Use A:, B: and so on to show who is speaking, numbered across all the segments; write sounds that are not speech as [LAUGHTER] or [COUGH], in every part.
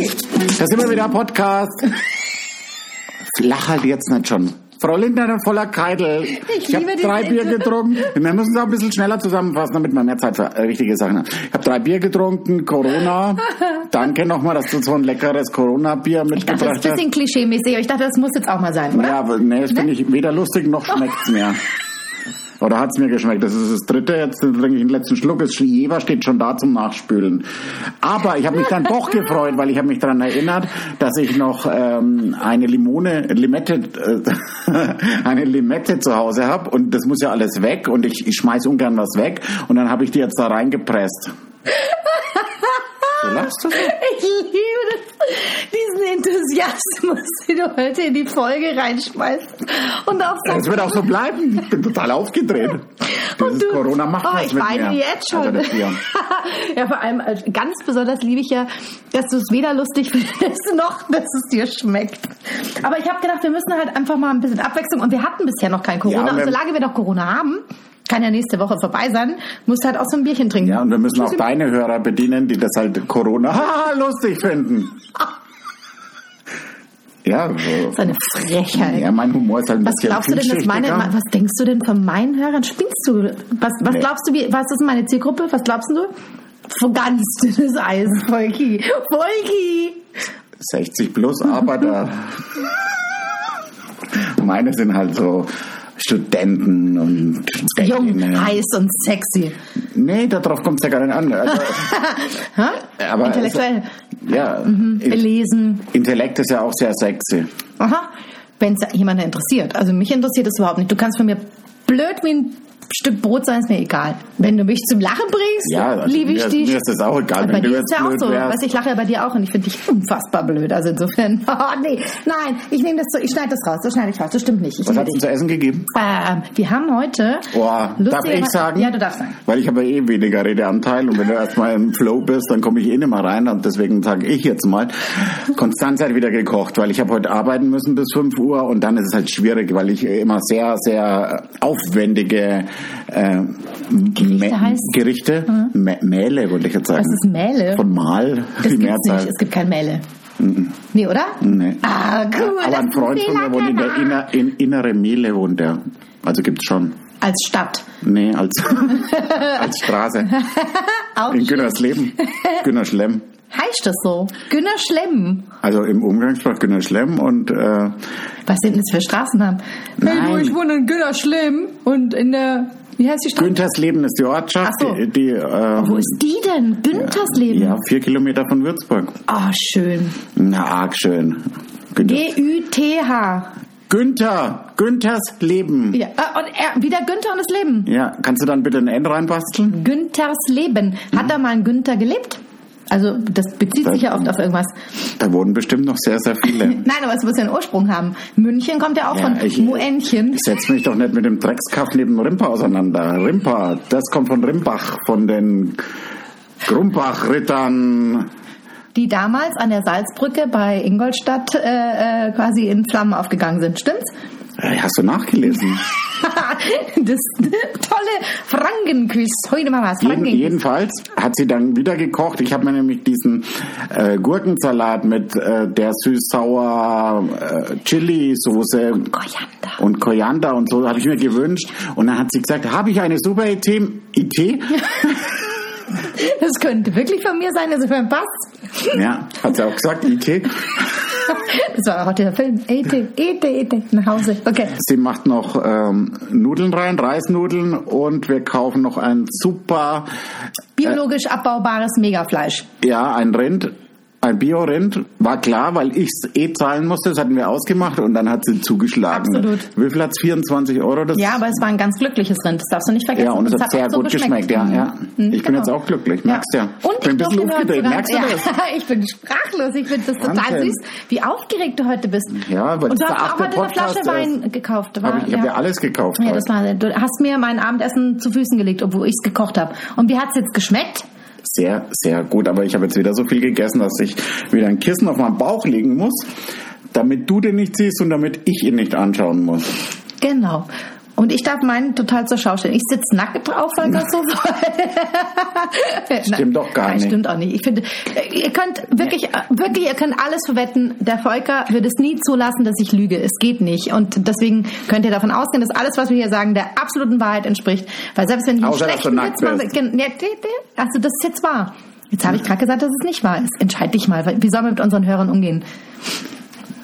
A: Da sind wir wieder, Podcast. Flach halt jetzt nicht schon. Frau Lindner, voller Keitel. Ich, habe
B: liebe
A: drei
B: diese
A: Bier getrunken. Wir müssen es auch ein bisschen schneller zusammenfassen, damit man mehr Zeit für äh, richtige Sachen hat. Ich habe drei Bier getrunken,
B: [LAUGHS]
A: Corona. Danke nochmal, dass du so ein leckeres Corona-Bier
B: Das ist
A: mitgebracht
B: ein
A: hast.
B: bisschen klischee-mäßig, aber ich dachte, das muss jetzt auch mal sein, oder?
A: Ja, aber nee, das finde ich weder lustig noch schmeckt's mehr. Oder hat's mir geschmeckt? Das ist das dritte, jetzt trinke ich den letzten Schluck. Es Jever steht schon da zum Nachspülen. Aber ich habe mich dann doch gefreut, weil ich habe mich daran erinnert, dass ich noch ähm, eine Limone, Limette, äh, [LAUGHS] eine Limette zu Hause habe und das muss ja alles weg und ich, ich schmeiß ungern was weg und dann habe ich die jetzt da reingepresst. Du lachst das?
B: Ich liebe das, diesen Enthusiasmus, den du heute in die Folge reinschmeißt. Und auch
A: Es
B: sagst,
A: wird auch so bleiben. Ich bin total aufgedreht. Also, Dieses
B: du-
A: Corona macht
B: oh,
A: was
B: ich
A: mit
B: weine
A: mir.
B: jetzt schon.
A: Also das Bier.
B: [LAUGHS] ja, vor allem äh, ganz besonders liebe ich ja, dass du es weder lustig [LAUGHS] findest, noch dass es dir schmeckt. Aber ich habe gedacht, wir müssen halt einfach mal ein bisschen Abwechslung und wir hatten bisher noch kein Corona.
A: Ja, und
B: und
A: wir-
B: solange wir noch Corona haben, kann ja nächste Woche vorbei sein, musst halt auch so ein Bierchen trinken.
A: Ja, und wir müssen auch deine Hörer bedienen, die das halt Corona [LAUGHS] haha, lustig
B: [LAUGHS]
A: finden. Ja, so.
B: Das ist eine Frechheit.
A: ja, mein Humor ist halt ein
B: Was
A: bisschen
B: glaubst du denn, dass meine,
A: vielschichtiger.
B: was denkst du denn von meinen Hörern? Spinnst du? Was, was
A: Nee.
B: glaubst du, wie, was ist meine Zielgruppe? Was glaubst du? Von ganz dünnes Eis, Volki. Volki!
A: 60 plus
B: [LAUGHS]
A: Arbeiter. meine sind halt so Studenten und
B: Jung,
A: Studentinnen.
B: heiß und sexy. [LAUGHS]
A: Nee, darauf kommt es ja gar nicht an. Also,
B: Hä?
A: aber
B: Intellektuell. Mhm.
A: ja, Int-
B: Belesen.
A: Intellekt ist ja auch sehr sexy.
B: Aha. Wenn es jemanden interessiert. Also mich interessiert es überhaupt nicht. Du kannst von mir blöd wie ein Stück Brot sein, ist mir egal. Wenn du mich zum Lachen bringst,
A: Ja, also
B: liebe ich
A: mir,
B: dich.
A: Mir ist das auch egal,
B: Aber
A: wenn
B: bei
A: du
B: dir
A: jetzt
B: ist ja auch
A: blöd
B: so.
A: wärst.
B: Weißt, du, ich lache ja bei dir auch und ich finde dich unfassbar blöd. Also insofern, [LAUGHS] oh, nee, nein, ich nehme das so, ich schneide das raus, das schneide ich raus, das stimmt nicht. Ich
A: Was
B: liebe
A: hat es
B: dich.
A: zu essen gegeben?
B: Ähm, wir haben heute.
A: Boah, darf
B: lustigerweise-
A: ich sagen?
B: Ja, du darfst sagen.
A: Weil ich habe ja eh weniger Redeanteil und wenn du erstmal im Flow bist, dann komme ich eh nicht mehr rein und deswegen sage ich jetzt mal, Konstanz hat wieder gekocht, weil ich habe heute arbeiten müssen bis 5 Uhr und dann ist es halt schwierig, weil ich immer sehr, sehr aufwendige äh, Gerichte,
B: heißt? Mhm.
A: Gerichte Mä- Mähle, wollte ich jetzt sagen.
B: Das ist Mähle.
A: Von Mahl,
B: Das
A: die
B: gibt's
A: Mehrzahl.
B: nicht, es gibt kein Mähle. Nee, oder?
A: Nee.
B: Ah, cool.
A: Aber
B: das
A: ein
B: ist
A: Freund von mir wohnt in der
B: Fehlerkanal.
A: inner, in, innere Mehle wohnt er. Also gibt's schon.
B: Als Stadt.
A: Nee, als,
B: [LAUGHS]
A: als Straße.
B: Auch
A: In Günnersleben. Günnerschlemm.
B: heißt das so? Günner Schlemm.
A: Also im Umgangssprach Günnerschlemm und äh,
B: Was sind das für Straßennamen?
A: Nein.
B: Hey, du, ich wohne in Günner Schlemm und in der. Wie heißt die Straße?
A: Güntersleben ist die Ortschaft,
B: Ach so.
A: die, die äh,
B: Wo ist die denn? Güntersleben.
A: ja, vier Kilometer von Würzburg.
B: Ah, schön.
A: Na, arg schön. Günter,
B: G-Ü-T-H.
A: Günther, Günthers Leben.
B: Ja, äh, und er, wieder Günther und das Leben.
A: Ja, kannst du dann bitte ein N reinbasteln?
B: Günthers Leben. Hat da mal ein Günther gelebt? Also, das bezieht sich ja oft auf irgendwas.
A: Da wurden bestimmt noch sehr, sehr viele.
B: Nein, aber es muss ja einen Ursprung haben. München kommt ja auch
A: Ja, ich-
B: von Muenchen.
A: Ich setz mich doch nicht mit dem Dreckskaff neben Rimpa auseinander. Rimpa, das kommt von Rimbach, von den Grumbach-Rittern.
B: Die damals an der Salzbrücke bei Ingolstadt äh, äh, quasi in Flammen aufgegangen sind. Stimmt's?
A: Äh, Hast du nachgelesen?
B: [LAUGHS] das tolle Frankenquiz. Heute mal was.
A: Jeden,
B: Frankenquiz.
A: jedenfalls hat sie dann wieder gekocht. Ich habe mir nämlich diesen äh, Gurkensalat mit äh, der süß-sauer äh, Chili-Soße
B: Koriander.
A: und Koriander und so habe ich mir gewünscht. Und dann hat sie gesagt, habe ich eine super Idee? Idee?
B: Das könnte wirklich von mir sein, also für einen Pass.
A: Ja, hat sie auch gesagt, Idee.
B: Das war heute der Film. Ete, Ete, Ete. Nach Hause. Okay.
A: Sie macht noch ähm, Nudeln rein, Reisnudeln und wir kaufen noch ein super,
B: Biologisch abbaubares Megafleisch.
A: ja, ein Rind. Ein Bio-Rind war klar, weil ich es eh zahlen musste, das hatten wir ausgemacht und dann hat sie zugeschlagen.
B: Absolut.
A: Wie viel hat's? 24 Euro? Das
B: Ja, aber es war ein ganz glückliches Rind. Das darfst du nicht vergessen.
A: Ja, und es hat sehr
B: auch so
A: gut geschmeckt. Ja, ja.
B: Mhm,
A: Ich bin
B: genau.
A: jetzt auch glücklich, merkst ja.
B: Und
A: bin ein
B: ich
A: bisschen
B: durfte mir heute
A: aufgedreht,
B: sogar-
A: merkst du das?
B: ja, [LAUGHS] Ich bin sprachlos. Ich finde das total
A: Wahnsinn.
B: süß, wie aufgeregt du heute bist.
A: Ja, weil
B: und du
A: das
B: hast
A: der
B: auch
A: achte
B: heute eine
A: Podcast
B: Flasche
A: ist.
B: Wein gekauft. War,
A: Hab ich ich habe ja alles gekauft.
B: Ja,
A: heute.
B: das war, du hast mir mein Abendessen zu Füßen gelegt, obwohl ich es gekocht habe. Und wie hat es jetzt geschmeckt?
A: sehr, sehr gut. Aber ich habe jetzt wieder so viel gegessen, dass ich wieder ein Kissen auf meinen Bauch legen muss, damit du den nicht siehst und damit ich ihn nicht anschauen muss.
B: Genau. Und ich darf meinen total zur Schau stellen. Ich sitze nackt drauf, weil das
A: [LAUGHS]
B: so
A: Stimmt doch gar
B: Nein,
A: nicht.
B: Stimmt auch nicht. Ich finde, ihr könnt wirklich, wirklich, ihr könnt alles verwetten. Der Volker wird es nie zulassen, dass ich lüge. Es geht nicht. Und deswegen könnt ihr davon ausgehen, dass alles, was wir hier sagen, der absoluten Wahrheit entspricht. Weil selbst wenn ich einen
A: Außer, dass du
B: schlechten
A: nackt
B: Witz mache,
A: bist. Hm.
B: gen- ja, die- die- also das ist jetzt wahr. Jetzt habe ich gerade gesagt, dass es nicht wahr ist. Entscheid dich mal. Wie sollen wir mit unseren Hörern umgehen?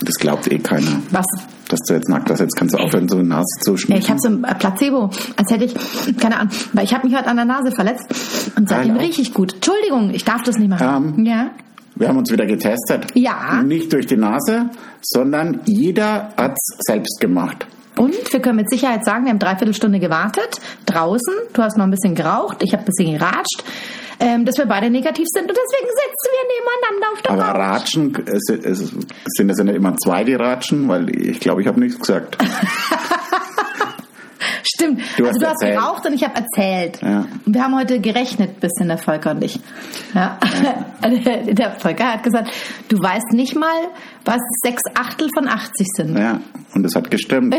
A: Das glaubt eh keiner.
B: Was?
A: Dass du jetzt nackt bist, jetzt kannst du aufhören, so eine Nase zu
B: Ja,
A: schmieren.
B: ich habe so ein äh, Placebo, als hätte ich, keine Ahnung, weil ich habe mich heute an der Nase verletzt und seitdem
A: Hallo.
B: rieche ich gut. Entschuldigung, ich darf das nicht machen.
A: Ähm.
B: Ja.
A: Wir haben uns wieder getestet.
B: Ja.
A: Nicht durch die Nase, sondern jeder hat es selbst gemacht.
B: Und wir können mit Sicherheit sagen, wir haben dreiviertel Stunde gewartet, draußen, du hast noch ein bisschen geraucht, ich habe ein bisschen geratscht, ähm, dass wir beide negativ sind und deswegen sitzen wir
A: Aber
B: nebeneinander auf der Couch.
A: ratschen, äh, sind- äh, sind das ja nicht immer zwei, die ratschen? Weil ich glaube, ich habe nichts gesagt.
B: Stimmt,
A: Du
B: also
A: hast
B: du hast
A: erzählt.
B: geraucht und ich habe erzählt.
A: Ja.
B: Und wir haben heute gerechnet, bisschen der Volker und ich. Ja. [LAUGHS] Der Volker hat gesagt, du weißt nicht mal, was sechs Achtel von 80 sind.
A: Ja, und es hat gestimmt.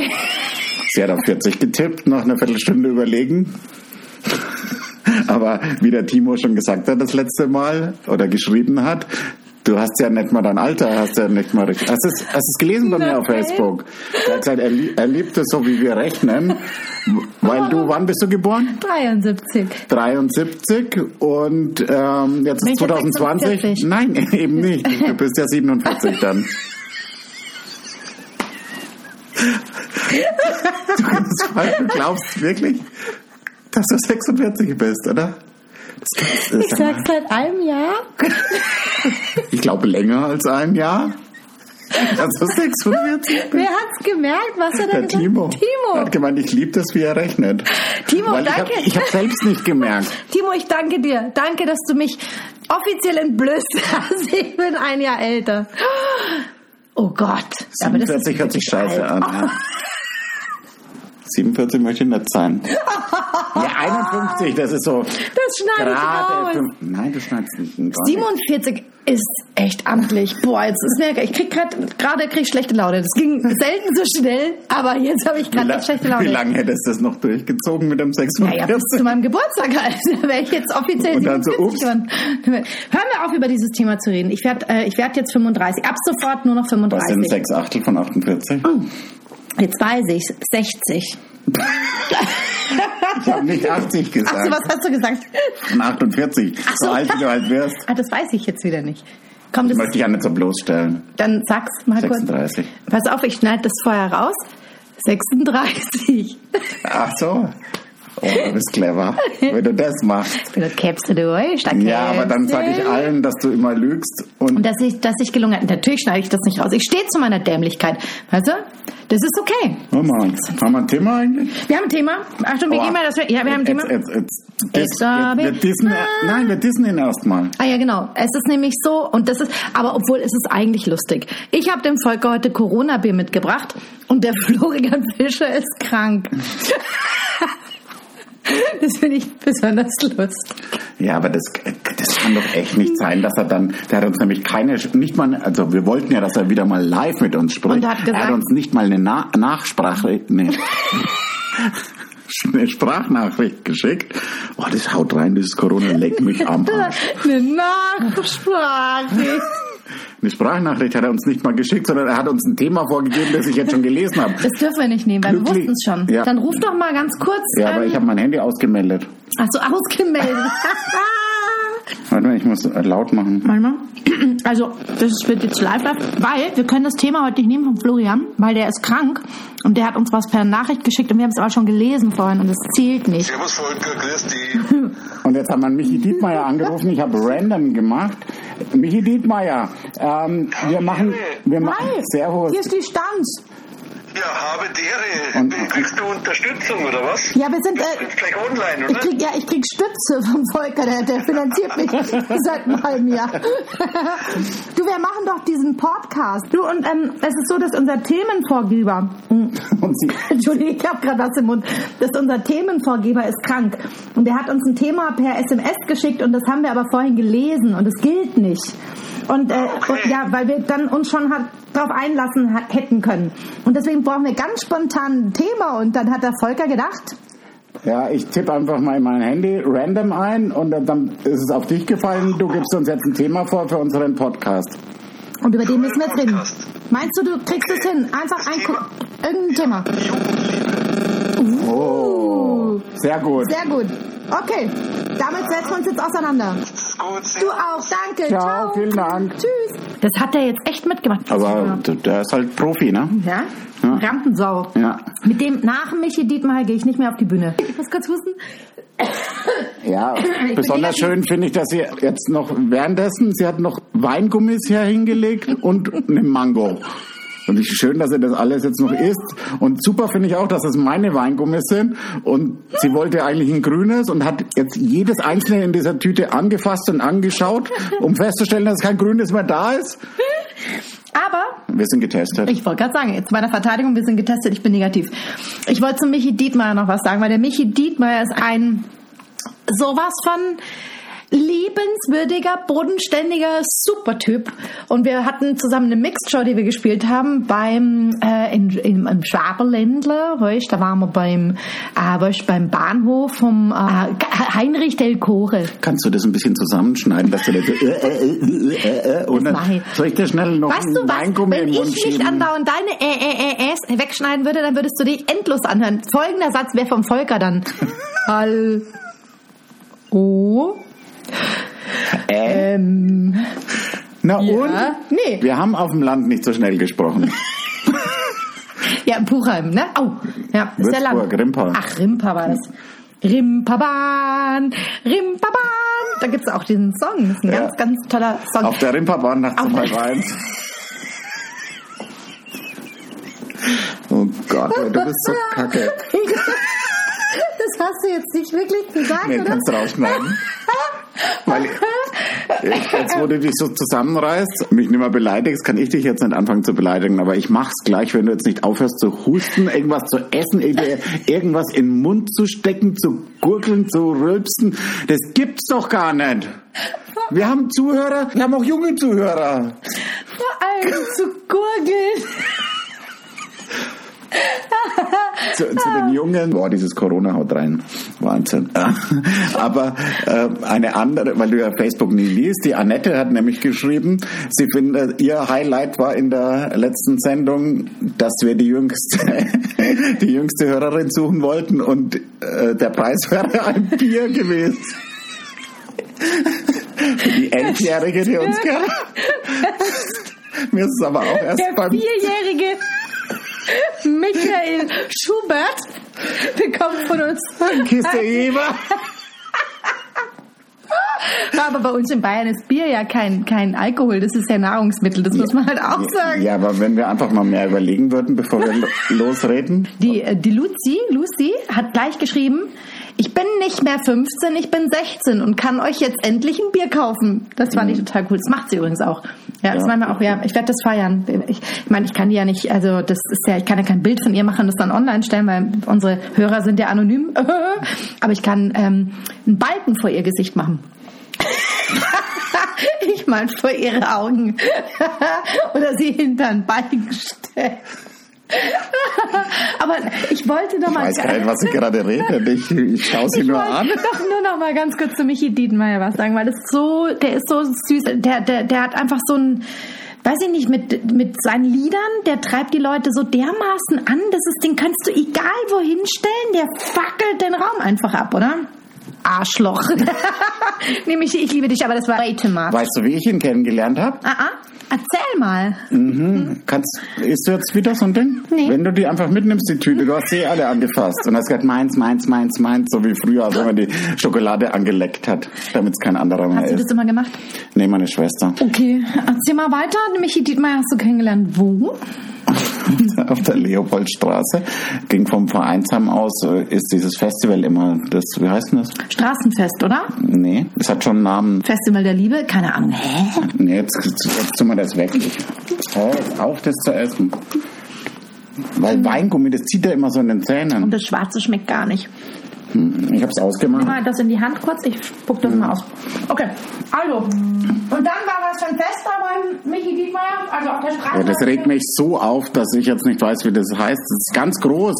A: Sie hat auf 40 getippt, nach einer Viertelstunde überlegen. [LAUGHS] Aber wie der Timo schon gesagt hat das letzte Mal oder geschrieben hat, du hast ja nicht mal dein Alter, hast ja nicht mal richtig. Hast du es, hast du es gelesen bei mir auf
B: Nein.
A: Facebook? Er hat gesagt, er, lie- er liebt es so, wie wir rechnen. Weil du, wann bist du geboren?
B: 73.
A: 73 und ähm, jetzt
B: Bin
A: ist
B: ich jetzt
A: 2020.
B: 46?
A: Nein, [LAUGHS] eben
B: [LAUGHS]
A: nicht. Du bist ja 47 dann. du, du glaubst wirklich, dass du 46 bist, oder? Das, das,
B: Ich sag's seit einem Jahr.
A: ich glaube länger als ein Jahr. Also 46.
B: Wer hat's gemerkt? Was hat er
A: Der
B: gesagt?
A: Timo. Er
B: Timo.
A: hat gemeint, ich liebe das, wie er rechnet.
B: Timo,
A: Weil ich hab-
B: danke.
A: Ich habe selbst nicht gemerkt.
B: Timo, ich danke dir. Danke, dass du mich offiziell entblößt hast. Ich bin ein Jahr älter. Oh Gott. Aber das
A: 47 hört
B: ist
A: sich
B: wirklich
A: scheiße
B: alt.
A: an. Ja. [LAUGHS] 47 möchte ich nicht sein. [LAUGHS] Ja, 51, das ist so.
B: Das schneide ich raus.
A: Gerade. fünf- Nein, du schneidest nicht. gar nicht.
B: 47 ist echt amtlich. Boah, jetzt ist mir, ich krieg grad, gerade krieg ich schlechte Laune. Das ging selten so schnell, aber jetzt habe ich
A: Wie,
B: gerade
A: la-
B: echt schlechte
A: wie
B: Laune.
A: lange hättest du das noch durchgezogen mit dem 46?
B: Naja, bis zu meinem Geburtstag halt. [LAUGHS] Da wäre ich jetzt offiziell
A: Und dann so,
B: 47
A: ups.
B: geworden. Hören wir auf, über dieses Thema zu reden. Ich werde äh, ich werd jetzt 35. Ab sofort nur noch
A: Was sind
B: 35.
A: 6 Achtel von 48?
B: Jetzt weiß ich
A: [LAUGHS]
B: 60.
A: Ich habe nicht 80 gesagt.
B: Achso, was hast du gesagt?
A: Von 48.
B: so.
A: so alt wie du alt wirst.
B: Ah, das weiß ich jetzt wieder nicht. Komm, das,
A: Das möchte ich ja nicht so bloßstellen.
B: dann sag's mal kurz.
A: 36.
B: Pass auf, ich schneide das vorher raus.
A: [LAUGHS]
B: 36.
A: Ach so. Oh, du bist [LAUGHS] clever, wenn du das machst.
B: Das kämpfst du durch. da
A: Ja, aber dann
B: kämpfst
A: sage ich
B: du.
A: allen, dass du immer lügst und
B: Und dass ich, dass ich gelungen hat. Natürlich schneide ich das nicht raus. Ich stehe zu meiner Dämlichkeit. Weißt du? Das ist okay.
A: Hör mal, haben wir ein Thema eigentlich?
B: Wir haben ein Thema. Achtung, wir
A: Aua.
B: gehen mal, dass wir, ja, wir haben ein Thema.
A: Jetzt, jetzt, jetzt,
B: Jetzt
A: jetzt,
B: hab
A: wir, wir
B: ich-
A: dissen,
B: Ah.
A: nein, wir dissen ihn erstmal.
B: Ah ja, genau. Es ist nämlich so, und das ist, aber obwohl es ist eigentlich lustig. Ich habe dem Volker heute Corona-Bier mitgebracht und der [LAUGHS] Florian Fischer ist krank. [LAUGHS] Das finde ich besonders lustig.
A: Ja, aber das, das kann doch echt nicht sein, dass er dann, der hat uns nämlich keine, nicht mal, also wir wollten ja, dass er wieder mal live mit uns spricht.
B: Und er hat gesagt-
A: er hat uns nicht mal eine Na Nachsprache, nee. [LAUGHS] eine Sprachnachricht geschickt. Oh, das haut rein, dieses Corona leckt mich
B: [LAUGHS]
A: am Arsch.
B: Eine Nachsprache.
A: [LAUGHS] Eine Sprachnachricht hat er uns nicht mal geschickt, sondern er hat uns ein Thema vorgegeben, das ich jetzt schon gelesen habe.
B: [LAUGHS] Das dürfen wir nicht nehmen, weil wir
A: Glücklich-
B: wussten es schon.
A: Ja.
B: Dann ruf doch mal ganz kurz.
A: Ja, aber ich habe mein Handy ausgemeldet.
B: also ausgemeldet.
A: Warte mal, ich muss äh, laut machen.
B: [LAUGHS] Warte mal. Also, das wird jetzt live, live, weil wir können das Thema heute nicht nehmen von Florian, weil der ist krank und der hat uns was per Nachricht geschickt und wir haben es aber schon gelesen vorhin und das zählt nicht.
C: Servus Volker, grüß dich.
A: Und jetzt hat man Michi Dietmeier angerufen. Ich habe random gemacht. Michi Dietmeier, ähm, wir machen... Wir machen
B: Hi,
A: Servus.
B: hier ist die Stanz.
C: Ja, habe Dere.
A: Und-
C: Wie- Kriegst du Unterstützung oder was?
B: Ja, wir sind, äh,
C: Jetzt gleich online,
B: ich
D: [LAUGHS]
C: oder?
B: krieg, ja, ich krieg Stütze vom Volker, der, der finanziert
C: [LAUGHS]
B: mich seit einem halben Jahr. [LAUGHS] Du, wir machen doch diesen Podcast. Du, und ähm, es ist so, dass unser Themenvorgeber, hm,
A: Und sie,
B: [LAUGHS] Entschuldigung, ich habe gerade was im Mund, dass unser Themenvorgeber ist krank. Und er hat uns ein Thema per SMS geschickt und das haben wir aber vorhin gelesen und es gilt nicht.
D: Und, äh,
C: Ah, okay.
D: und ja, weil wir dann uns schon hat, drauf einlassen ha- hätten können. Und deswegen brauchen wir ganz spontan ein Thema. Und dann hat der Volker gedacht,
A: Ja, ich tippe einfach mal in mein Handy random ein und dann ist es auf dich gefallen. Du gibst uns jetzt ein Thema vor für unseren Podcast.
D: und über den müssen wir jetzt reden.
C: Podcast.
D: Meinst du, du kriegst es hin? Einfach ein,
C: Thema.
D: irgendein Thema.
A: Oh, sehr gut.
D: Sehr gut. Okay, damit setzen wir uns jetzt auseinander.
C: Ist gut, sehr
D: Du auch, danke.
A: Ciao,
D: Ciao.
A: vielen Dank.
D: Tschüss.
B: Das hat er jetzt echt mitgemacht.
A: Aber d- der ist halt Profi, ne?
D: Ja?
A: Ja.
D: Rampensau.
A: Ja.
D: Mit dem nach Michi Dietmar gehe ich nicht mehr auf die Bühne. Ich muss kurz husten.
B: [CLEARS THROAT]
A: Ja,
D: bin
A: besonders
D: negativ.
A: schön finde ich, dass sie jetzt noch währenddessen, sie hat noch Weingummis hier hingelegt und eine Mango. Und ich, schön, dass ihr das alles jetzt noch isst. Und super finde ich auch, dass es meine Weingummis sind. Und sie wollte eigentlich ein grünes und hat jetzt jedes einzelne in dieser Tüte angefasst und angeschaut, um festzustellen, dass kein grünes mehr da ist.
B: Aber
A: Wir sind getestet.
B: Ich wollte gerade sagen, jetzt meiner Verteidigung, wir sind getestet, ich bin negativ. Ich wollte zu Michi Dietmeier noch was sagen, weil der Michi Dietmeier ist ein sowas von liebenswürdiger, bodenständiger Supertyp. Und wir hatten zusammen eine Mixed-Show, die wir gespielt haben, beim äh, in, in, im Schwaberländler, weißt, da waren wir beim, äh, weißt, beim Bahnhof vom äh, Heinrich Del Core.
A: Kannst du das ein bisschen zusammenschneiden, dass du das, äh, äh, äh, äh, äh, und dann
B: Das mach ich.
A: soll ich dir schnell noch
B: Weißt du
A: ein
B: was?
A: Weingummi
B: Wenn
A: im
B: ich
A: Mund
B: nicht
A: schieben?
B: andauernd deine äh, äh, äh, Äs wegschneiden würde, dann würdest du dich endlos anhören. Folgender Satz wäre vom
A: [LAUGHS]
B: Volker dann. Al. Oh. Ähm.
A: Na
B: Ja.
A: und?
B: Nee.
A: Wir haben auf dem Land nicht so schnell [LAUGHS] gesprochen.
B: Ja, in Puchheim, ne? Au. Ja, ist ja lang.
A: Würzburg, Rimpa.
B: Ach, Rimpa war das. Rimpabahn, Rimpabahn. Da gibt's auch diesen Song. Das ist ein
A: Ja.
B: ganz, ganz toller Song.
A: Auf der Rimperbahn nach
B: Auf
A: zum halb
B: der-
A: [LAUGHS] eins. Oh Gott, ey, du bist so kacke.
D: Das hast du jetzt nicht wirklich gesagt,
A: Nee,
D: oder?
A: kannst rausschneiden. Weil jetzt, wo du dich so zusammenreißt, mich nicht mehr beleidigst, kann ich dich jetzt nicht anfangen zu beleidigen. Aber ich mach's gleich, wenn du jetzt nicht aufhörst zu husten, irgendwas zu essen, irgend- irgendwas in den Mund zu stecken, zu gurgeln, zu rülpsen. Das gibt's doch gar nicht. Wir haben Zuhörer, wir haben auch junge Zuhörer.
D: Vor allem zu gurgeln.
A: [LAUGHS] [LAUGHS] zu, zu den Jungen. Boah, dieses Corona haut rein. Wahnsinn. [LAUGHS] Aber äh, eine andere, weil du ja Facebook nie liest, die Annette hat nämlich geschrieben, sie findet, ihr Highlight war in der letzten Sendung, dass wir die jüngste, [LAUGHS] die jüngste Hörerin suchen wollten und äh, der Preis wäre [LAUGHS] ein Bier gewesen. Für die Elfjährige, die uns gehört. Mir ist es aber auch erst
D: Der
A: beim [LAUGHS]
D: vierjährige Michael Schubert bekommt von uns.
A: Kiste Eva.
B: Aber bei uns in Bayern ist Bier ja kein, kein Alkohol, das ist ja Nahrungsmittel, das muss man halt auch sagen.
A: Ja, aber wenn wir einfach mal mehr überlegen würden, bevor wir
B: [LAUGHS]
A: lo- losreden.
B: Die, äh, die Lucy, Lucy hat gleich geschrieben, ich bin nicht mehr 15, ich bin 16 und kann euch jetzt endlich ein Bier kaufen. Das fand ich total cool. Das macht sie übrigens auch. Ja, das
A: Ja.
B: machen wir auch. Ja, ich werde das feiern. Ich, ich meine, ich kann die ja nicht, also das ist ja, ich kann ja kein Bild von ihr machen, das dann online stellen, weil unsere Hörer sind ja anonym. [LAUGHS] Aber ich kann ähm, einen Balken vor ihr Gesicht machen. ich meine vor ihre Augen. Oder sie hinter einen Balken stellen. Aber ich wollte noch
A: Ich
B: mal
A: weiß gar nicht, was ich gerade rede. Ich, ich schaue sie
B: ich
A: nur an.
B: wollte doch nur noch mal ganz kurz zu Michi Diedenmeier was sagen, weil das so, der ist so süß, der, der, der hat einfach so ein, weiß ich nicht, mit, mit seinen Liedern, der treibt die Leute so dermaßen an, dass es, den kannst du egal wohin stellen, der fackelt den Raum einfach ab, oder? Arschloch. [LAUGHS] Nämlich, ich liebe dich, aber das war Reitemat.
A: Weißt du, wie ich ihn kennengelernt habe?
B: Ah, ah, erzähl mal.
A: Kannst, isst du jetzt wieder so ein Ding?
B: Mhm. Nee.
A: Wenn du die einfach mitnimmst, die Tüte, du hast sie alle angefasst und hast gesagt, meins, meins, meins, meins, so wie früher, als wenn man die Schokolade angeleckt hat, damit es kein anderer mehr
B: Hast du
A: ist.
B: das immer gemacht?
A: Nee, meine
B: [LAUGHS]
A: Schwester.
B: Okay, erzähl mal weiter. Michi Dietmeier hast du kennengelernt. Wo?
A: Auf der Leopoldstraße ging vom Vereinsheim aus, äh, ist dieses Festival immer, das, wie heißt denn das?
B: Straßenfest, oder?
A: Nee, es hat schon einen Namen.
B: Festival der Liebe? Keine Ahnung. Hä?
A: Nee, jetzt, jetzt tun wir das weg. Hör jetzt auf, das zu essen. Weil Weingummi, das zieht ja immer so in den
B: Und
A: Zähnen.
B: das Schwarze schmeckt gar nicht.
A: Ich habe es
B: Nimm
A: ausgemacht.
B: mal Ah, das in die Hand kurz, ich spuck das mal aus.
D: Okay, also. Und dann war das schon fest beim Michi Dietmeier, also auf der Straße.
A: Oh, das regt mich so auf, dass ich jetzt nicht weiß, wie das heißt. Das ist ganz groß.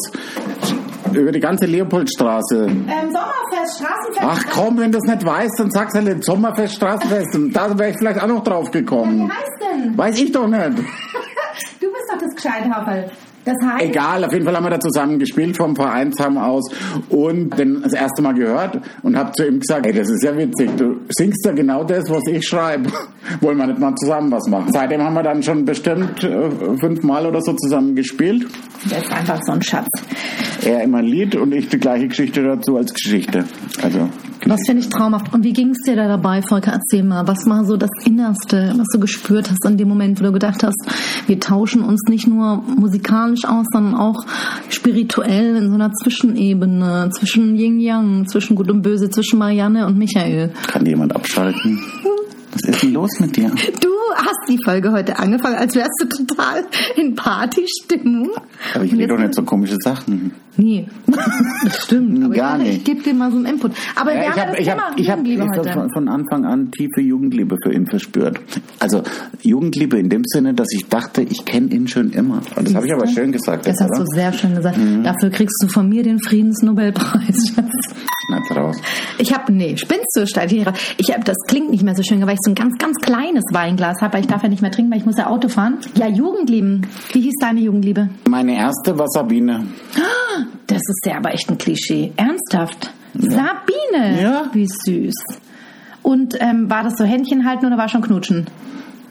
A: Über die ganze Leopoldstraße.
D: Ähm, Sommerfest, Straßenfest.
A: Ach komm, wenn du es nicht weißt, dann sag's halt im Sommerfest, Straßenfest. Und da wäre ich vielleicht auch noch drauf
D: Wie
A: gekommen.
D: heißt denn?
A: Weiß ich doch nicht.
D: Du bist doch das Gescheithafel.
A: Ah.
D: Das heißt,
A: Egal, auf jeden Fall haben wir da zusammen gespielt vom Vereinsheim aus und den das erste Mal gehört und habe zu ihm gesagt, hey, das ist ja witzig, du singst ja genau das, was ich schreibe. [LAUGHS] Wollen wir nicht mal zusammen was machen? Seitdem haben wir dann schon bestimmt äh, fünfmal oder so zusammen gespielt.
B: Der ist einfach so ein Schatz.
A: Er immer ein Lied und ich die gleiche Geschichte dazu als Geschichte. Also
B: Das finde ich traumhaft. Und wie ging es dir da dabei, Volker? Erzähl mal, was war so das Innerste, was du gespürt hast in dem Moment, wo du gedacht hast, wir tauschen uns nicht nur musikalisch aus, sondern auch spirituell in so einer Zwischenebene, zwischen Yin-Yang, zwischen Gut und Böse, zwischen Marianne und Michael.
A: kann jemand abschalten. Was ist denn los mit dir?
B: Du hast die Folge heute angefangen, als wärst du total in Partystimmung.
A: Aber ich
B: Und
A: will
B: jetzt-
A: doch nicht so komische Sachen.
B: Nee, [LAUGHS] das stimmt.
A: Gar
B: Aber ich, dachte,
A: nicht.
B: ich gebe dir mal so einen Input. Aber wir haben ja das
A: ich
B: Thema
A: hab, ich hab, ich
B: Jugendliebe
A: hab
B: heute.
A: von, von Anfang an tiefe Jugendliebe für ihn verspürt. Also Jugendliebe in dem Sinne, dass ich dachte, ich kenne ihn schon immer. Und das habe ich aber schön gesagt.
B: Das
A: Jetzt,
B: hast du
A: oder?
B: sehr schön gesagt. Dafür kriegst du von mir den Friedensnobelpreis. [LAUGHS] Schatz.
A: Schneid's raus.
B: Ich habe, nee, spinnst du, steil hier raus. Ich habe, das klingt nicht mehr so schön, weil ich so ein ganz, ganz kleines Weinglas habe, weil ich darf ja nicht mehr trinken, weil ich muss ja Auto fahren. Ja, Jugendlieben. Wie hieß deine Jugendliebe?
A: Meine erste war Sabine.
B: Das ist ja aber echt ein Klischee. Ernsthaft? Sabine.
A: Ja.
B: Wie süß. Und ähm, war das so Händchen halten oder war schon knutschen?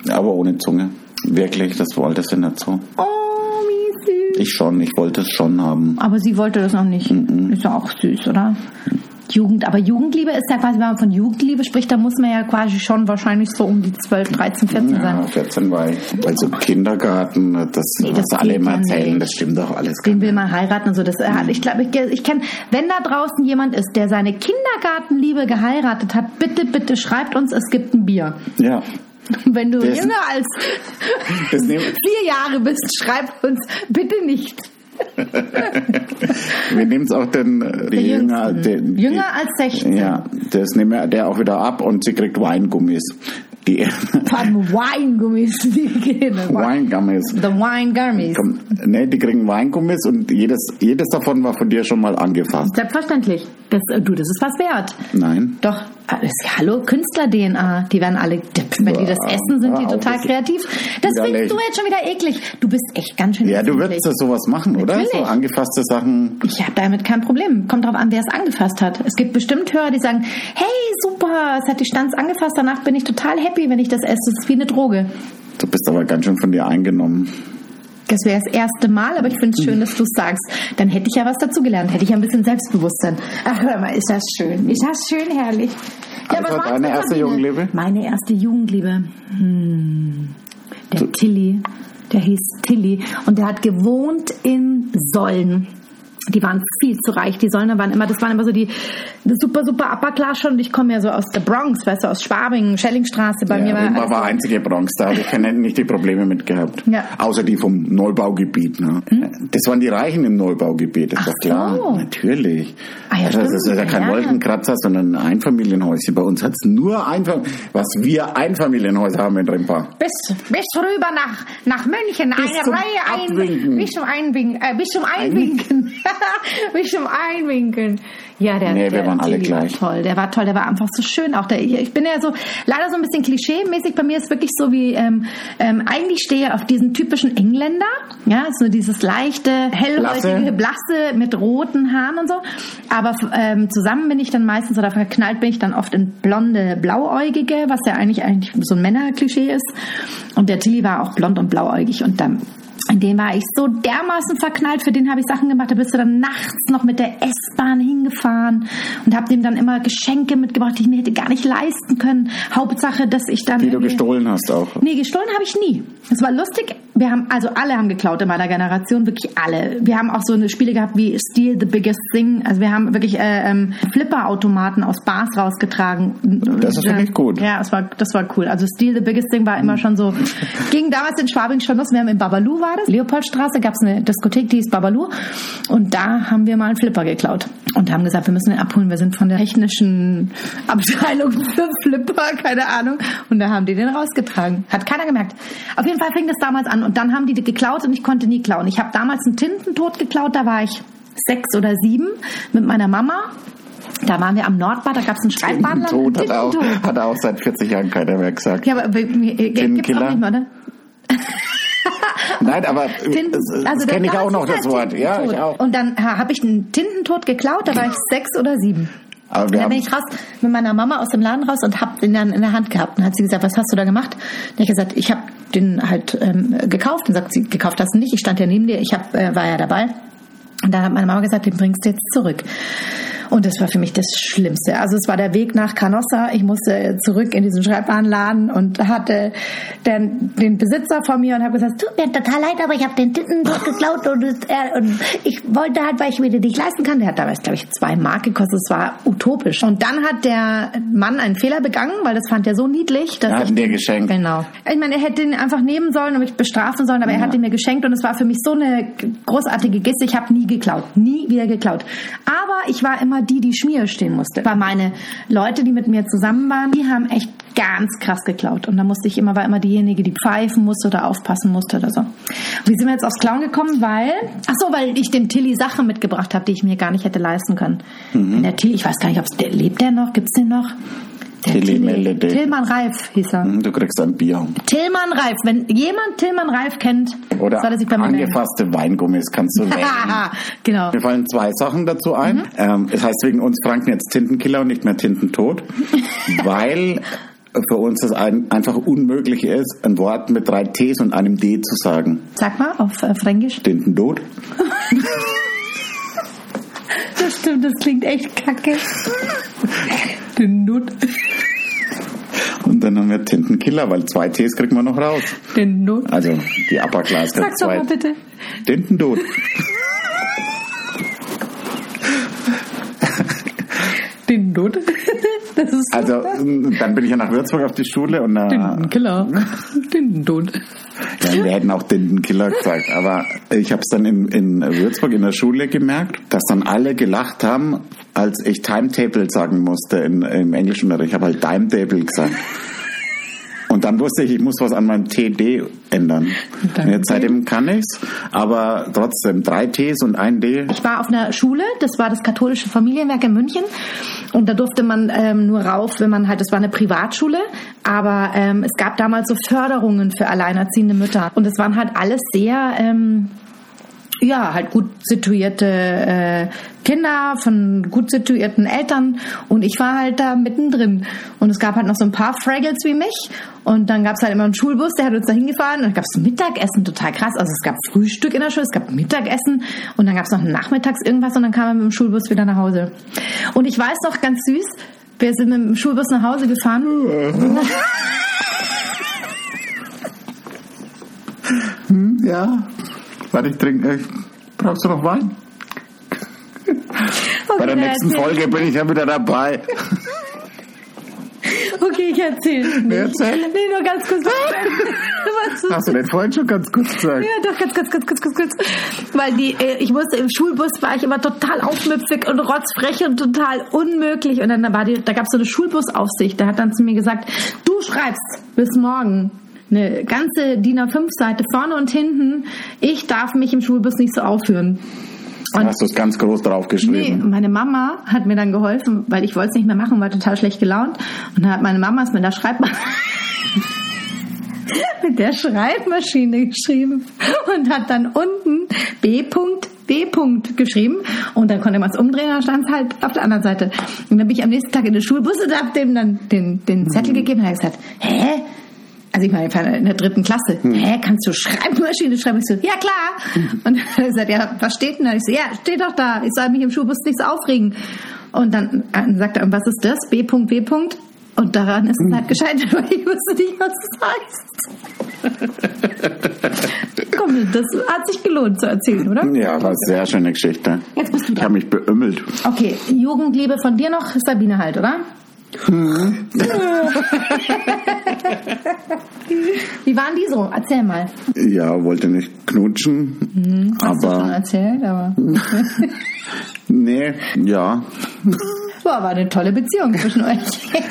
A: Aber ohne Zunge. Wirklich, das wollte sie nicht so.
B: Oh, wie süß.
A: Ich schon, ich wollte es schon haben.
B: Aber sie wollte das noch nicht.
A: Mhm.
B: Ist ja auch süß, oder? Jugend, aber Jugendliebe ist ja quasi, wenn man von Jugendliebe spricht, da muss man ja quasi schon wahrscheinlich so um die 12, 13, 14
A: Ja,
B: sein.
A: 14 war ich. Also Kindergarten, das,
B: das
A: was alle
B: geht
A: immer
B: ja nicht.
A: erzählen, das stimmt doch
B: [LAUGHS]
A: alles gar
B: Den will man heiraten und so. Das,
A: Mhm.
B: äh, ich glaube, ich, ich kenne, wenn da draußen jemand ist, der seine Kindergartenliebe geheiratet hat, bitte, bitte schreibt uns, es gibt ein Bier.
A: nicht. Ja.
B: Wenn du
A: Das-
B: jünger als
A: Das nehmen-
B: vier Jahre bist, schreib uns bitte nicht.
A: Wir nehmen es auch den, äh, die
B: Jüngsten.
A: Jünger, den,
B: Jünger als 16.
A: die, ja, das nehmen wir der auch wieder ab und sie kriegt Weingummis. Die [LAUGHS]
B: Von Weingummis. die gehen.
A: Weingummis.
B: The Wine Gummies.
A: Komm, nee, die kriegen Weingummis und jedes, jedes davon war von dir schon mal angefasst.
B: Selbstverständlich. Das, äh, du, das ist was wert.
A: Nein.
B: Doch, äh, ist- hallo, Künstler-DNA. Die werden alle, wenn die das
A: Boah,
B: essen, sind die
A: wow,
B: total
A: das ist
B: kreativ. Das
A: widerlich.
B: findest du jetzt schon wieder eklig. Du bist echt ganz schön
A: Ja, du
B: empfindlich.
A: würdest ja sowas machen, oder?
B: Natürlich.
A: So angefasste Sachen.
B: Ich habe damit kein Problem. Kommt drauf an, wer es angefasst hat. Es gibt bestimmt Hörer, die sagen, hey, super, es hat die Stanz angefasst, danach bin ich total happy, wenn ich das esse. Das ist wie eine Droge.
A: Du bist aber ganz schön von dir eingenommen.
B: Das wäre das erste Mal, aber ich finde es schön, dass du es sagst. Dann hätte ich ja was dazugelernt, hätte ich ja ein bisschen Selbstbewusstsein.
D: ach hör mal, ist das schön. Ist das schön herrlich.
A: Ja, das
B: aber
A: Also war
B: sonst
A: deine
B: ist
A: erste
B: Sabine-
A: Jugendliebe?
B: Meine erste Jugendliebe. Hm. Der Tilly. Der hieß Tilly. Und der hat gewohnt in Sollen. Die waren viel zu reich. Die Sollner waren immer, das waren immer so die super, super Upper Class Und ich komme ja so aus der Bronx, weißt du, aus Schwabingen, Schellingstraße. Bei mir
A: ja,
B: war
A: war, war einzige Bronx, da habe ich keine, nicht die Probleme mit gehabt.
B: Ja. Hm?
A: Außer die vom Neubaugebiet. Ne? Das waren die Reichen im Neubaugebiet, ist
B: Ach
A: doch klar.
B: so.
A: Natürlich.
B: Ah ja,
A: also, das ist
B: stimmt.
A: ja kein
B: Ja.
A: Wolkenkratzer, sondern ein Einfamilienhäuschen. Bei uns hat es nur Einfamilienhäuser, was wir Einfamilienhäuser haben in Rempa.
D: Bis, bis rüber nach, nach München. eine
A: zum
D: Reihe
A: Abwinken.
D: ein. Bis zum Einwinken. Äh, bis zum
B: [LAUGHS]
D: Einwinken. bis zum Einwinken.
B: Ja, der,
A: Nee, wir
B: der,
A: waren alle
B: Tilly
A: gleich.
B: War toll, der war toll, der war einfach so schön. Auch der, ich bin ja so leider so ein bisschen klischee-mäßig. Bei mir ist wirklich so wie ähm, ähm, eigentlich stehe ich auf diesen typischen Engländer, ja, so dieses leichte hellhäutige,
A: Blasse.
B: blasse mit roten Haaren und so. Aber ähm, zusammen bin ich dann meistens oder verknallt bin ich dann oft in blonde, blauäugige, was ja eigentlich eigentlich so ein Männerklischee ist. Und der Tilly war auch blond und blauäugig und dann in den war ich so dermaßen verknallt, für den habe ich Sachen gemacht. Da bist du dann nachts noch mit der S-Bahn hingefahren und habe dem dann immer Geschenke mitgebracht, die ich mir hätte gar nicht leisten können. Hauptsache, dass ich dann.
A: Die du
B: irgendwie-
A: gestohlen hast auch.
B: Nee, gestohlen habe ich nie. Es war lustig. wir haben, also alle haben geklaut in meiner Generation, wirklich alle. Wir haben auch so eine Spiele gehabt wie Steal the Biggest Thing. Also wir haben wirklich äh, ähm, Flipper-Automaten aus Bars rausgetragen.
A: Das ist wirklich gut.
B: Ja, das war, das war cool. Also Steal the Biggest Thing war
A: Mhm.
B: immer schon so, ging damals in Schwabing schon los. Wir haben in Babalu war das, Leopoldstraße, gab es eine Diskothek, die hieß Babalu. Und da haben wir mal einen Flipper geklaut und haben gesagt, wir müssen den abholen. Wir sind von der technischen Abteilung für Flipper, keine Ahnung. Und da haben die den rausgetragen. Hat keiner gemerkt. Auf jeden Fall fing das damals an und dann haben die geklaut und ich konnte nie klauen. Ich habe damals einen Tintentod geklaut, da war ich sechs oder sieben mit meiner Mama. Da waren wir am Nordbad, da gab es einen Schreibbahnland.
A: Tod hat auch, hat auch seit 40 Jahren keiner mehr gesagt.
B: Ja, aber äh, äh, gibt's
A: Tintenkiller?
B: auch nicht mehr, ne?
A: Nein, aber äh,
B: Tinten-
A: das, das
B: also
A: kenne ich
B: damals
A: auch noch,
B: hieß
A: das
B: er
A: Wort. Ja, ich
B: Tintentod.
A: auch.
B: Und dann ha, habe ich einen Tintentod geklaut, da war ich sechs oder sieben.
A: Aber
B: Und
A: wir
B: dann bin
A: haben,
B: ich raus mit meiner Mama aus dem Laden raus und hab den dann in der Hand gehabt. Und hat sie gesagt, was hast du da gemacht? Und ich gesagt, ich habe den halt ähm, gekauft. Und sagt sie, gekauft hast du nicht. Ich stand ja neben dir. Ich hab, äh, war ja dabei. Und dann hat meine Mama gesagt, den bringst du jetzt zurück. Und das war für mich das Schlimmste. Also es war der Weg nach Canossa. Ich musste zurück in diesen Schreibwarenladen und hatte dann den Besitzer von mir und habe gesagt,
E: tut mir total leid, aber ich habe den Tintendruck geklaut und, äh, und
B: ich wollte halt, weil ich mir den nicht leisten kann. Der hat damals, glaube ich, zwei Mark gekostet. Es war utopisch. Und dann hat der Mann einen Fehler begangen, weil das fand er so niedlich. Dass
A: Er hat
B: ich
A: ihn dir
B: den-
A: geschenkt.
B: Genau. Ich meine, er hätte ihn einfach nehmen sollen und mich bestrafen sollen, aber er hat ihn mir geschenkt und es war für mich so eine großartige Geste. Ich habe nie geklaut. Nie wieder geklaut. Aber ich war immer die, die Schmier stehen musste. Weil meine Leute, die mit mir zusammen waren, die haben echt ganz krass geklaut. Und da musste ich immer, war immer diejenige, die pfeifen musste oder aufpassen musste oder so. Wie sind wir jetzt aufs Klauen gekommen? Weil, ach so, weil ich dem Tilly Sachen mitgebracht habe, die ich mir gar nicht hätte leisten können. Wenn Der Tilly, ich weiß gar nicht, ob es, lebt der noch? Gibt's den noch? Der
A: Tilly Melody.
B: Tillmann Reif hieß er.
A: du kriegst ein Bier.
B: Tillmann Reif. Wenn jemand Tillmann Reif kennt,
A: Oder
B: soll er sich bei mir melden. [LAUGHS]
A: angefasste Weingummis kannst du wählen.
B: genau.
A: Mir fallen zwei Sachen dazu ein.
B: Mhm.
A: Ähm, es heißt wegen uns Franken jetzt Tintenkiller und nicht mehr
B: [LAUGHS]
A: Tintentod, weil für uns das ein, einfach unmöglich ist, ein Wort mit drei Ts und einem D zu sagen.
B: Sag mal auf äh, Fränkisch.
A: Tintentod.
B: Das stimmt, das klingt echt kacke. Den Nut.
A: Und dann haben wir Tintenkiller, weil zwei Ts kriegen wir noch raus.
B: Den Nut.
A: Also die Upper Class kriegt
B: Sag's doch
A: zwei.
B: mal bitte.
A: Tintentod.
B: Den Nut. [LAUGHS] Das ist [LAUGHS]
A: Also dann bin ich ja nach Würzburg auf die Schule und äh,
B: den Killer. Den Nut.
A: Ja, wir hätten auch Tintenkiller gesagt, aber ich habe es dann in, in Würzburg in der Schule gemerkt, dass dann alle gelacht haben, als ich Timetable sagen musste in, im Englischunterricht. Ich habe halt Timetable gesagt. Und dann wusste ich, ich muss was an meinem TD ändern. Und jetzt seitdem kann ich's, aber trotzdem drei Ts und ein D.
B: Ich war auf einer Schule, das war das katholische Familienwerk in München. Und da durfte man ähm, nur rauf, wenn man halt, das war eine Privatschule, aber ähm, es gab damals so Förderungen für alleinerziehende Mütter. Und es waren halt alles sehr, ähm, ja, halt gut situierte äh, Kinder von gut situierten Eltern. Und ich war halt da mittendrin. Und es gab halt noch so ein paar Fraggles wie mich. Und dann gab es halt immer einen Schulbus, der hat uns da hingefahren. Und dann gab es Mittagessen, total krass. Also es gab Frühstück in der Schule, es gab Mittagessen. Und dann gab es noch nachmittags irgendwas. Und dann kam er mit dem Schulbus wieder nach Hause. Und ich weiß noch ganz süß, wir sind mit dem Schulbus nach Hause [LAUGHS] gefahren.
A: Hm, Ja. Warte, ich trinke. Brauchst du noch Wein? Bei der
B: dann
A: nächsten
B: erzähl-
A: Folge bin ich ja wieder dabei.
B: Okay, ich erzähl's nicht.
A: Nee, erzähl.
B: Nee, nur ganz [LAUGHS] kurz. Was ist
A: Hast du den vorhin schon ganz gut gesagt?
B: Ja, doch, ganz, ganz, ganz, ganz, ganz, ganz. Weil die, äh, ich musste im Schulbus war ich immer total aufmüpfig und rotzfrech und total unmöglich. Und dann war die, da gab es so eine Schulbusaufsicht. Der hat dann zu mir gesagt, du schreibst bis morgen eine ganze DIN A5-Seite vorne und hinten. Ich darf mich im Schulbus nicht so aufführen. Und-
A: Hast du es ganz groß draufgeschrieben?
B: Nee, meine Mama hat mir dann geholfen, weil ich wollte es nicht mehr machen, war total schlecht gelaunt. Und dann hat meine Mama es mit der Schreibmaschine [LAUGHS] mit der Schreibmaschine geschrieben und hat dann unten B. B. geschrieben und dann konnte man es umdrehen, dann stand es halt auf der anderen Seite. Und dann bin ich am nächsten Tag in den Schulbus und hab dem dann den, den Zettel gegeben und hat gesagt, hä? Also ich meine, ich war in der dritten Klasse. Hä, kannst du Schreibmaschine schreiben? Ich so, ja klar. Und [LAUGHS] er sagt, ja, was steht denn da? Ich so, ja, steht doch da. Ich soll mich im Schulbus nicht so aufregen. Und dann äh, sagt er, und was ist das? Hm. [LAUGHS] B. B. Und daran ist es halt gescheitert, weil ich wusste nicht, was das heißt. [LAUGHS] Komm, das hat sich gelohnt zu erzählen, oder?
A: Ja, war eine sehr schöne Geschichte.
D: Jetzt bist du
A: ich habe mich beümmelt.
B: Okay, Jugendliebe von dir noch, Sabine halt, oder? Hm. [LAUGHS] Wie waren die so? Erzähl mal.
A: Ja, wollte nicht knutschen,
B: Schon
A: aber
B: erzählt, aber.
A: nee, ja,
B: Boah, war eine tolle Beziehung zwischen
A: [LAUGHS]
B: euch.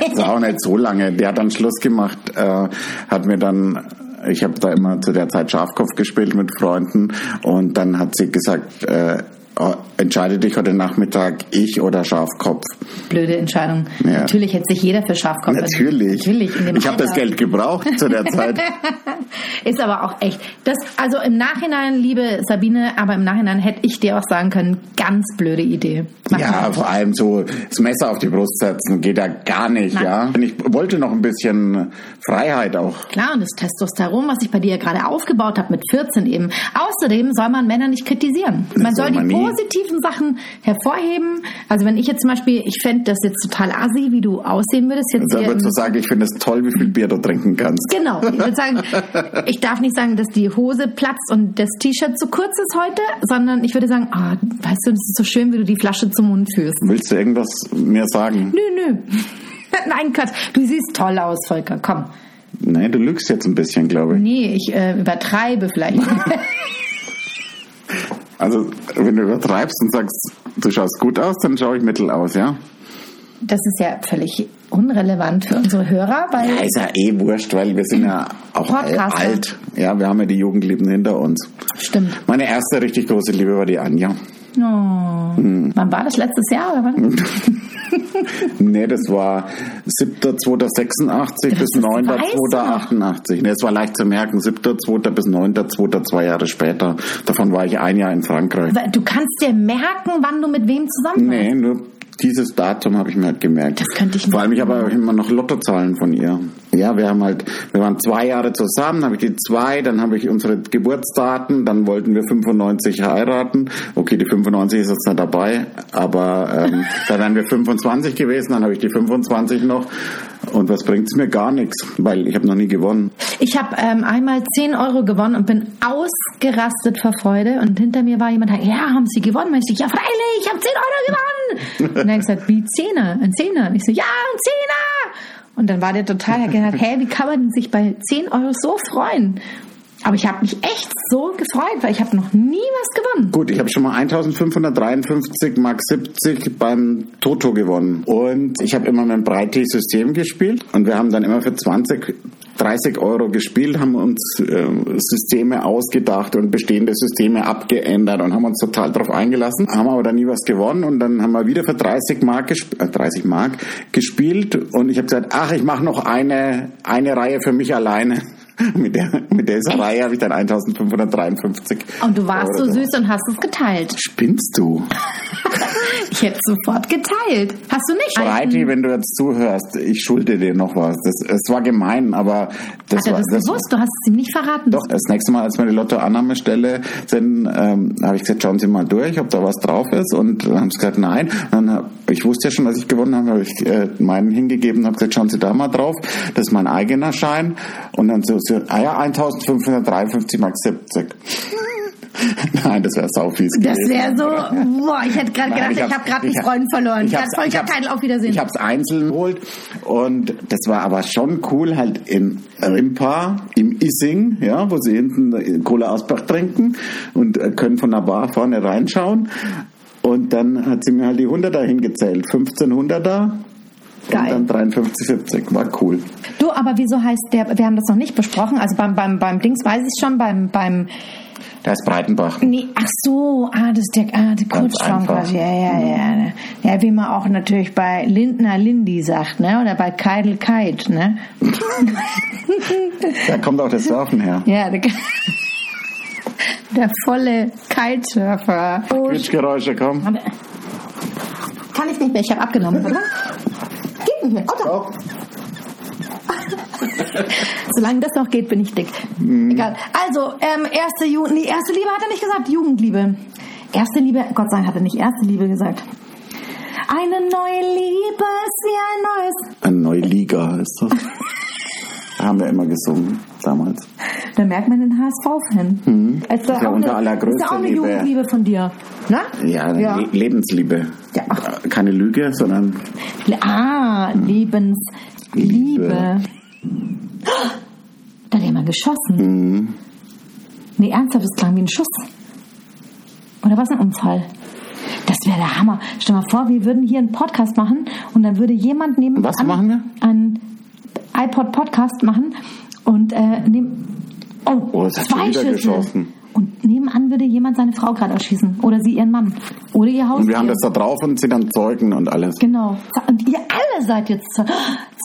A: Das war auch nicht so lange. Der hat dann Schluss gemacht, äh, hat mir dann, ich habe da immer zu der Zeit Schafkopf gespielt mit Freunden und dann hat sie gesagt, äh, oh, entscheide dich heute Nachmittag, ich oder Schafkopf.
B: Blöde Entscheidung.
A: Ja.
B: Natürlich hätte sich jeder für Schafkopf
A: Natürlich.
B: Natürlich. In dem
A: ich habe das
B: Alter.
A: Geld gebraucht zu der Zeit.
B: [LAUGHS] Ist aber auch echt. Das, also im Nachhinein, liebe Sabine, aber im Nachhinein hätte ich dir auch sagen können, ganz blöde Idee. Mach
A: ja,
B: mal.
A: vor allem so das Messer auf die Brust setzen geht ja gar nicht,
B: Nein.
A: ja. Und ich wollte noch ein bisschen Freiheit auch.
B: Klar, und das Testosteron, was ich bei dir ja gerade aufgebaut habe mit 14 eben. Außerdem soll man Männer nicht kritisieren. Man soll
A: soll
B: die
A: man nie.
B: positiven Sachen hervorheben. Also wenn ich jetzt zum Beispiel, ich fände das jetzt total assi, wie du aussehen würdest jetzt
A: Da
B: hier
A: würdest
B: im-
A: du sagen, ich finde es toll, wie viel Bier du trinken kannst.
B: Genau. Ich würde sagen, ich darf nicht sagen, dass die Hose platzt und das T-Shirt zu kurz ist heute, sondern ich würde sagen, ah, weißt du, das ist so schön, wie du die Flasche zum Mund führst.
A: Willst du irgendwas mir sagen?
B: Nö, nö. [LAUGHS] Nein, Quatsch. Du siehst toll aus, Volker. Komm.
A: Nee, du lügst jetzt ein bisschen, glaube ich.
B: Nee, ich äh, übertreibe vielleicht. [LAUGHS]
A: Also, wenn du übertreibst und sagst, du schaust gut aus, dann schaue ich mittel aus, ja?
B: Das ist ja völlig unrelevant für unsere Hörer,
A: Ja,
B: weil
A: ist ja eh wurscht, weil wir sind ja auch al-
B: Podcaster.
A: alt. Ja, wir haben ja die Jugendlieben hinter uns.
B: stimmt.
A: Meine erste richtig große Liebe war die Anja.
B: Oh.
A: Hm.
B: Wann war das letztes Jahr
A: [LAUGHS]
B: oder wann?
A: Nee, das war 7.2.86 bis
B: Das
A: 9.2.88. Nee, es war leicht zu merken. 7.2. bis 9.2. zwei Jahre später. Davon war ich ein Jahr in Frankreich.
B: Du kannst dir merken, wann du mit wem zusammen warst.
A: Nee, nur dieses Datum habe ich mir halt gemerkt.
B: Das könnte ich nicht.
A: Vor allem, ich habe aber immer noch Lottozahlen von ihr. Ja, wir haben halt, wir waren zwei Jahre zusammen, habe ich die zwei, dann habe ich unsere Geburtsdaten, dann wollten wir 95 heiraten. Okay, die 95 ist jetzt nicht dabei, aber
B: [LAUGHS]
A: ähm, dann wären wir 25 gewesen, dann habe ich die 25 noch. Und was bringt's mir? Gar nichts, weil ich habe noch nie gewonnen.
B: Ich habe ähm, einmal 10 Euro gewonnen und bin ausgerastet vor Freude. Und hinter mir war jemand, ja, haben Sie gewonnen? Und ich so, ja, freilich, ich habe 10 Euro gewonnen. Und er hat gesagt, wie, Zehner? Ein Zehner? Und ich so, ja, ein Zehner. Und dann war der total, er hat gesagt, hä, wie kann man sich bei 10 Euro so freuen? Aber ich habe mich echt so gefreut, weil ich habe noch nie was gewonnen.
A: Gut, ich habe schon mal 1553 Mark 70 beim Toto gewonnen. Und ich habe immer mit dem Breitee-System gespielt. Und wir haben dann immer für 20, 30 Euro gespielt, haben uns äh, Systeme ausgedacht und bestehende Systeme abgeändert und haben uns total drauf eingelassen, haben aber dann nie was gewonnen. Und dann haben wir wieder für 30 Mark, gesp äh, 30 Mark gespielt. Und ich habe gesagt, ach, ich mache noch eine, eine Reihe für mich alleine. [LAUGHS] Mit der, mit dieser Reihe habe ich dann 1553.
B: Und du warst
A: Euro
B: so
A: gewonnen.
B: süß und hast es geteilt.
A: Spinnst du?
B: Ich hätte sofort geteilt. Hast du nicht?
A: Breiti, wenn du jetzt zuhörst, ich schulde dir noch was. Das, es war gemein, aber das
B: Hat er
A: war
B: das gewusst? Du hast es ihm nicht verraten.
A: Doch, das nächste Mal, als wir die Lottoannahmestelle sind, ähm, habe ich gesagt, schauen Sie mal durch, ob da was drauf ist. Und dann haben sie gesagt, nein. Und dann hab, ich wusste ja schon, dass ich gewonnen habe, habe ich äh, meinen hingegeben und habe gesagt, schauen Sie da mal drauf. Das ist mein eigener Schein. Und dann so, so ah ja, 1553 Mark 70. [LAUGHS] nein, das wäre saufies
B: Das
A: gewesen.
B: wäre so, boah, ich hätte gerade
A: Äh, Nein,
B: gedacht, ich habe hab
A: hab's-
B: gerade einen
A: ich hab-
B: Freund verloren.
A: ich
B: Ich habe
A: hab's- ich
B: Volker
A: hab's-
B: Keidel auf Wiedersehen.
A: Ich habe es einzeln geholt und das war aber schon cool, halt in Rimpa, im Issing, ja, wo sie hinten Cola Asbach trinken und äh, können von der Bar vorne reinschauen. Und dann hat sie mir halt die 100er hingezählt, 1500er
B: Geil.
A: und dann 53,70. War cool.
B: du, aber wieso heißt der, wir haben das noch nicht besprochen, also beim, beim, beim Dings weiß ich schon, beim, beim,
A: Da ist Breitenbach.
B: nee, ach so, ah, das ist der, ah, der
A: Ganz
B: Kurzform
A: einfach.
B: quasi, ja, ja, ja, ne. ja. Ja, wie man auch natürlich bei Lindner Lindy sagt, ne, oder bei Keidel Keid, ne.
A: Da kommt auch das Surfen her.
B: [LAUGHS] Ja, der, der volle Kitesurfer.
A: Quietschgeräusche, komm.
B: Kann ich nicht mehr, ich habe abgenommen, oder?
D: Geht nicht mehr. Oh,
A: Oh,
B: Solange das noch geht, bin ich dick.
A: Mhm.
B: Egal. Also, ähm, erste Jugend, nee, erste Liebe hat er nicht gesagt, Jugendliebe. Erste Liebe, Gott sei Dank hat er nicht erste Liebe gesagt. Eine neue Liebe ist wie ein neues. [LAUGHS]
A: Eine neue Liga ist das. haben wir immer gesungen damals.
B: Da merkt man den HSV-Fan. Ist
A: Mhm. Ist ja unter aller
B: ist ja
A: Größe,
B: auch eine
A: Liebe.
B: Jugendliebe von dir. Ne?
A: Ja,
B: Ja.
A: Le Lebensliebe.
B: Ja, ach.
A: Keine Lüge, sondern
B: Ah, Lebensliebe. Da hat jemand geschossen.
A: Mhm.
B: Nee, ernsthaft, das klang wie ein Schuss. Oder war es ein Unfall? Das wäre der Hammer. Stell mal vor, wir würden hier einen Podcast machen und dann würde jemand nebenan
A: Was machen wir?
B: einen iPod-Podcast machen und äh, neben, oh,
A: Oh, jetzt hat schon
B: zwei
A: wieder
B: Schüsse.
A: geschossen.
B: Und nebenan würde jemand seine Frau gerade erschießen oder sie ihren Mann oder ihr Haus.
A: und wir haben das da drauf und sind dann Zeugen und alles.
B: Genau.
E: Und ihr alle seid jetzt Zeugen.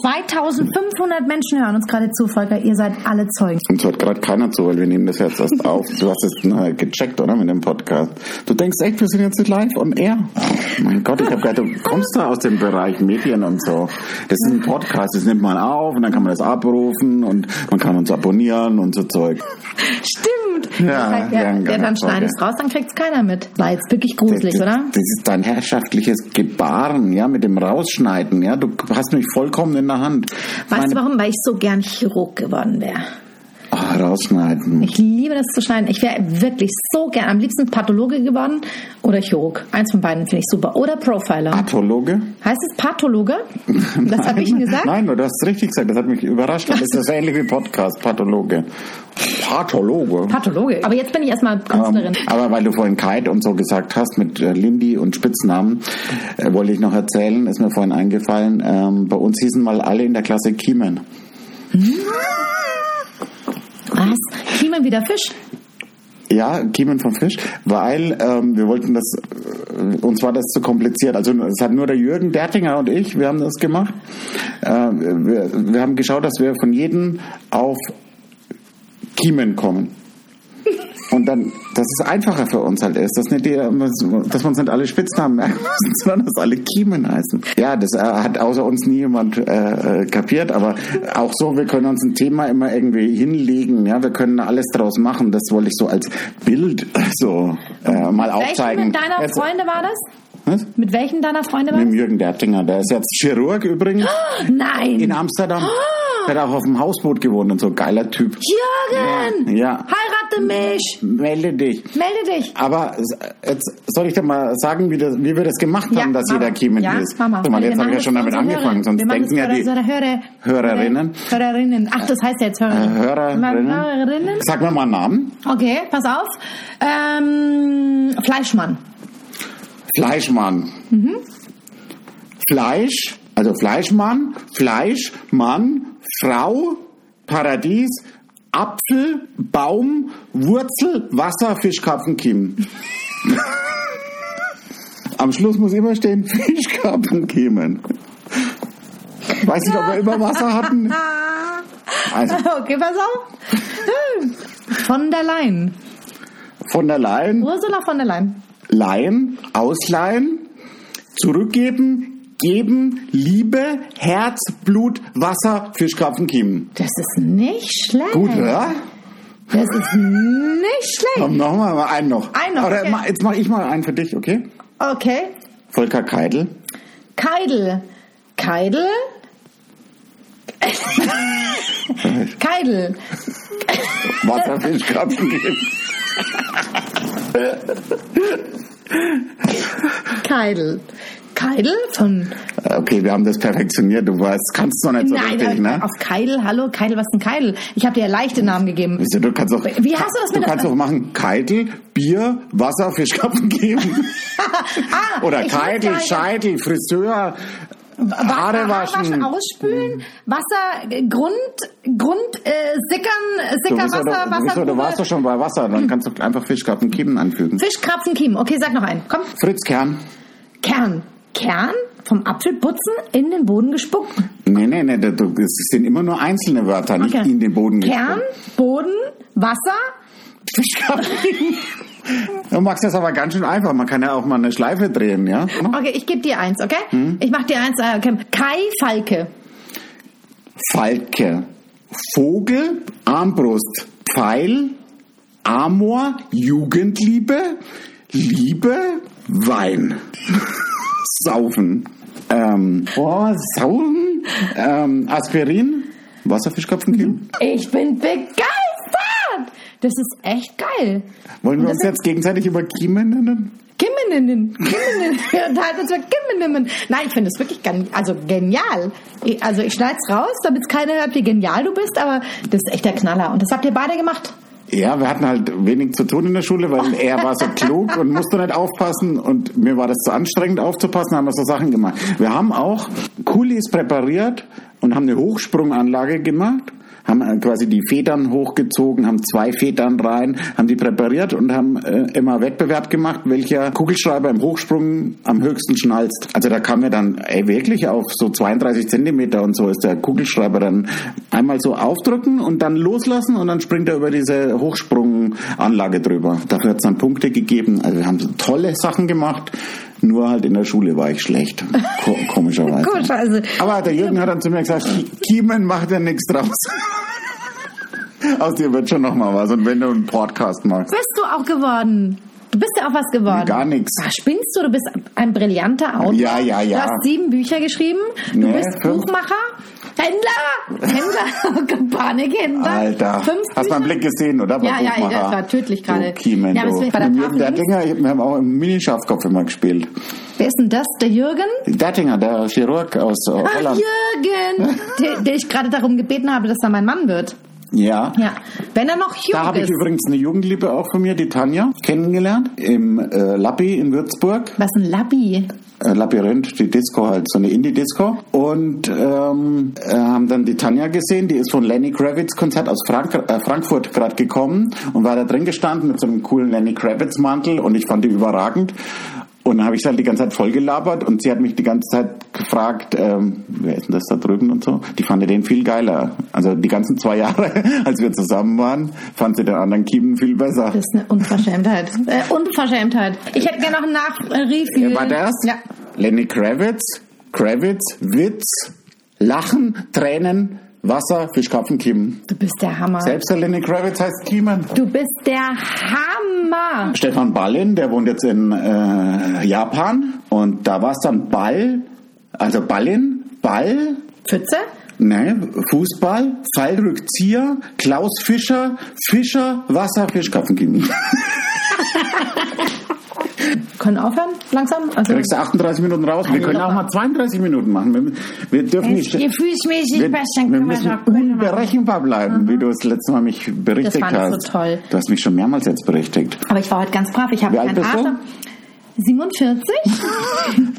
E: 2500 Menschen hören uns gerade zu, Volker. Ihr seid alle Zeugen.
A: Uns hört gerade keiner zu, weil wir nehmen das jetzt erst auf. Du hast es na, gecheckt, oder, mit dem Podcast. Du denkst echt, wir sind jetzt nicht live on air. Mein Gott, ich habe gerade, du kommst da aus dem Bereich Medien und so. Das ist ein Podcast, das nimmt man auf und dann kann man das abrufen und man kann uns abonnieren und so Zeug.
E: Stimmt.
A: Ja,
E: ja,
A: ja,
E: ja,
A: genau,
E: dann schneid es
A: okay.
E: raus, dann kriegt's keiner mit. War jetzt wirklich gruselig,
A: das,
E: oder?
A: Das ist dein herrschaftliches Gebaren, ja, mit dem Rausschneiden, ja. Du hast mich vollkommen in der Hand.
E: Weißt
A: Meine-
E: du warum? Weil ich so gern Chirurg geworden wäre.
A: Ah, rausschneiden.
E: Ich liebe das zu schneiden. Ich wäre wirklich so gern am liebsten Pathologe geworden oder Chirurg. Eins von beiden finde ich super. Oder Profiler.
A: Pathologe?
E: Heißt es Pathologe? Das
A: [LAUGHS]
E: habe ich Ihnen gesagt.
A: Nein, du hast es richtig gesagt. Das hat mich überrascht. Das ist so ähnlich wie Podcast, Pathologe. Pathologe.
E: Pathologe. Aber jetzt bin ich erstmal
A: Ähm,
E: Künstlerin.
A: aber weil du vorhin Kite und so gesagt hast mit äh, Lindy und Spitznamen, äh, wollte ich noch erzählen, ist mir vorhin eingefallen, ähm, bei uns hießen mal alle in der Klasse Kiemen.
E: Was? Kiemen wieder Fisch?
A: Ja, Kiemen vom Fisch, weil ähm, wir wollten das, äh, uns war das zu kompliziert. Also es hat nur der Jürgen Dertinger und ich, wir haben das gemacht. Äh, wir, wir haben geschaut, dass wir von jedem auf Kiemen kommen. Und dann, dass es einfacher für uns halt ist, dass, nicht die, dass wir uns nicht alle Spitznamen merken [LAUGHS] müssen, sondern dass alle Kiemen heißen. Ja, das äh, hat außer uns nie jemand äh, äh, kapiert, aber auch so, wir können uns ein Thema immer irgendwie hinlegen, ja, wir können alles draus machen. Das wollte ich so als Bild [LAUGHS] so äh, mal
E: Welchen
A: aufzeigen.
E: deiner
A: Jetzt-
E: Freunde war das?
A: Was?
E: Mit welchen deiner Freunde war
A: Mit dem Jürgen Dertinger, der ist jetzt Chirurg
E: [GASPS]
A: übrigens
E: das? Nein!
A: in Amsterdam.
E: Ah!
A: Der hat auch auf dem Hausboot gewohnt und so geiler Typ.
E: Jürgen!
A: Ja.
E: Heirate mich!
A: Melde dich.
E: Melde dich!
A: Aber s- jetzt soll ich dir mal sagen, wie, das, wie wir das gemacht haben, dass
E: Mama.
A: jeder Kiemen
E: ja,
A: ist.
E: Mama.
A: Guck mal,
E: Wir
A: jetzt habe
E: machen
A: ich ja
E: das
A: schon
E: für
A: damit
E: unsere
A: angefangen,
E: Hörer.
A: sonst
E: Wir machen
A: denken
E: das
A: ja
E: für
A: die
E: unsere Hörer.
A: Hörerinnen.
E: Hörerinnen. Ach, das heißt jetzt
A: äh,
E: Hörerinnen.
A: Hörerinnen.
E: Hörerinnen.
A: Sag mir mal einen Namen.
E: Okay, pass auf. Ähm, Fleischmann. [LAUGHS]
A: Fleischmann. Fleisch, also Fleischmann, Fleisch, Mann, Frau, Paradies, Apfel, Baum, Wurzel, Wasser, Fischkarpfen, Kiemen. Am Schluss muss immer stehen Fischkarpfen, Kiemen. Weiß nicht, ob wir über Wasser hatten. Also,
E: Okay, pass auf. [LAUGHS] Von der Leyen.
A: von der Leyen
E: Ursula von der Leyen.
A: leihen, ausleihen, zurückgeben, geben, Liebe, Herz, Blut, Wasser, Fischkrapfen, Kiemen.
E: Das ist nicht schlecht.
A: Gut, oder?
E: Das ist nicht schlecht.
A: Komm, nochmal, mal einen noch.
E: Einen noch,
A: Oder
E: okay.
A: ma- jetzt mache ich mal einen für dich, okay?
E: Okay.
A: Volker Keidel.
E: Keidel.
A: [LAUGHS]
E: Keidel. Keidel. [LAUGHS]
A: Wasser, Fischkrapfen, Kiemen.
E: Keidel. Keidel von.
A: Okay, wir haben das perfektioniert. Du weißt, kannst du noch nicht so
E: Nein,
A: richtig, ne?
E: auf Keidel. Hallo, Keidel, was ist ein Keidel? Ich habe dir leichte Namen gegeben.
A: [LAUGHS] Wieso, Du kannst auch,
E: Wie hast du das
A: du
E: mit-
A: kannst auch machen Keitel, Bier, Wasser, Fischkrapfen geben.
E: [LAUGHS] Ah,
A: Oder
E: ich muss
A: Keitel,
E: sagen,
A: Scheitel, Friseur, Haare waschen.
E: Ausspülen, Wasser, äh, Grund, Grund, äh, Sickern, äh,
A: Du bist ja doch-
E: Sickerwasser,
A: du, bist ja-
E: Wassergrube,
A: du warst doch schon bei Wasser, dann kannst du einfach Fischkarpfen Kiemen anfügen.
E: Fischkrapfen, Kiemen. Okay, sag noch einen. Komm,
A: Fritz Kern.
E: Kern. Kern vom Apfelputzen in den Boden gespuckt.
A: Nee, nee, nee, du- du- es sind immer nur einzelne Wörter, nicht
E: Okay.
A: in den Boden
E: Kern,
A: gespuckt.
E: Boden, Wasser.
A: Fischkarpfen Kiemen. Du machst das aber ganz schön einfach. Man kann ja auch mal eine Schleife drehen, ja?
E: Okay, ich gebe dir eins, okay?
A: Hm?
E: Ich mach dir eins. äh, Okay. Kai Falke.
A: Falke. Vogel, Armbrust, Pfeil, Amor, Jugendliebe, Liebe, Wein. [LAUGHS] Saufen. Ähm, oh, Saufen? Ähm, Aspirin, Wasserfischköpfen-Kim?
F: Ich bin begeistert! Das ist echt geil.
A: Wollen wir
F: Das
A: uns jetzt gegenseitig über Kimme nennen?
E: Kimmeninnen, [LAUGHS] Kimmeninnen, da halten uns für Kimmeninnen. Nein, ich finde das wirklich gan- also genial. Ich- Also ich schneide es raus, damit es keiner hört, wie genial du bist, aber das ist echt der Knaller. Und das habt ihr beide gemacht.
A: Ja, wir hatten halt wenig zu tun in der Schule, weil er war so klug und musste nicht aufpassen und mir war das zu anstrengend aufzupassen, haben wir so Sachen gemacht. Wir haben auch Kulis präpariert und haben eine Hochsprunganlage gemacht, haben äh, quasi die Federn hochgezogen, haben zwei Federn rein, haben die präpariert und haben äh, immer Wettbewerb gemacht, welcher Kugelschreiber im Hochsprung am höchsten schnalzt. Also da kam er dann ey, wirklich auf so 32 Zentimeter und so ist der Kugelschreiber dann einmal so aufdrücken und dann loslassen und dann springt er über diese Hochsprunganlage drüber. Dafür hat es dann Punkte gegeben. Also wir haben so tolle Sachen gemacht. Nur halt in der Schule war ich schlecht. Ko komischerweise.
E: Gut, also
A: Aber der Jürgen hat dann zu mir gesagt, Kiemen macht ja nichts draus. [LAUGHS] Aus dir wird schon nochmal was. Und wenn du einen Podcast machst,
E: bist du auch geworden. Du bist ja auch was geworden.
A: gar nichts.
E: Ach, Spinnst du? Du bist ein brillanter Autor.
A: Ja, ja, ja.
E: Du hast sieben Bücher geschrieben. Du
A: Nee,
E: bist
A: fünf.
E: Buchmacher, Händler,
A: [LAUGHS]
E: Händler, [LAUGHS] Panikhändler.
A: Alter,
E: Fünf
A: hast
E: Bücher.
A: meinen Blick gesehen, oder?
E: Ja, ja,
A: Buchmacher.
E: das war tödlich gerade.
A: Du Kiemen,
E: Ja, aber
A: du.
E: es wird bei der
A: Mit Jürgen
E: Tafel links.
A: Dertinger, wir haben auch im Mini-Schafkopf immer gespielt.
E: Wer ist denn das? Der Jürgen?
A: Dertinger, der Chirurg aus äh,
E: Ach,
A: Holland. [LAUGHS]
E: Jürgen! den, den ich gerade darum gebeten habe, dass er mein Mann wird.
A: Ja.
E: Ja. Wenn er noch
A: Da
E: jung
A: habe ich
E: ist.
A: übrigens eine Jugendliebe auch von mir, die Tanja, kennengelernt im äh, Lappi in Würzburg.
E: Was ein Labbi.
A: äh, Labyrinth, die Disco halt, so eine Indie-Disco. Und ähm, äh, haben dann die Tanja gesehen, die ist von Lenny Kravitz Konzert aus Frank äh, Frankfurt gerade gekommen und war da drin gestanden mit so einem coolen Lenny Kravitz Mantel und ich fand die überragend. Und dann habe ich sie halt die ganze Zeit voll gelabert und sie hat mich die ganze Zeit gefragt, ähm, wer ist denn das da drüben und so. Die fand den viel geiler. Also die ganzen zwei [LAUGHS] Jahre, als wir zusammen waren, fand sie den anderen Kiemen viel besser.
E: Das ist eine Unverschämtheit. äh, Unverschämtheit. Ich hätte gerne noch einen Nachrefill.
A: Wer war das?
E: Ja.
A: Lenny Kravitz, Kravitz, Witz, Lachen, Tränen, Wasser, Fischkopfen, Kiemen.
E: Du bist der Hammer.
A: Selbst der Lenny Kravitz heißt Kiemen.
E: Du bist der Hammer.
A: Stefan Ballin, der wohnt jetzt in äh, Japan und da war es dann Ball, also Ballin, Ball,
E: Pfütze?
A: ne, Fußball, Fallrückzieher, Klaus Fischer, Fischer, Wasser, Fischkopfen, [LAUGHS] Kiemen.
E: Können aufhören? Langsam? Also,
A: Kriegst du 38 Minuten raus? Wir können auch mal 32 Minuten machen. Wir, wir dürfen nicht...
G: Ihr fühlt mich
A: Wir,
G: nicht besser,
A: wir
G: können wir
A: müssen
G: doch gut machen.
A: unberechenbar bleiben, wie du es letztes Mal mich berichtigt
E: Das fand ich
A: hast.
E: so toll.
A: Du hast mich schon mehrmals jetzt berichtigt.
E: aber ich war heute ganz brav. Ich habe
A: Wie alt
E: keinen
A: bist du?
E: Atem.
A: [LAUGHS]
E: 47?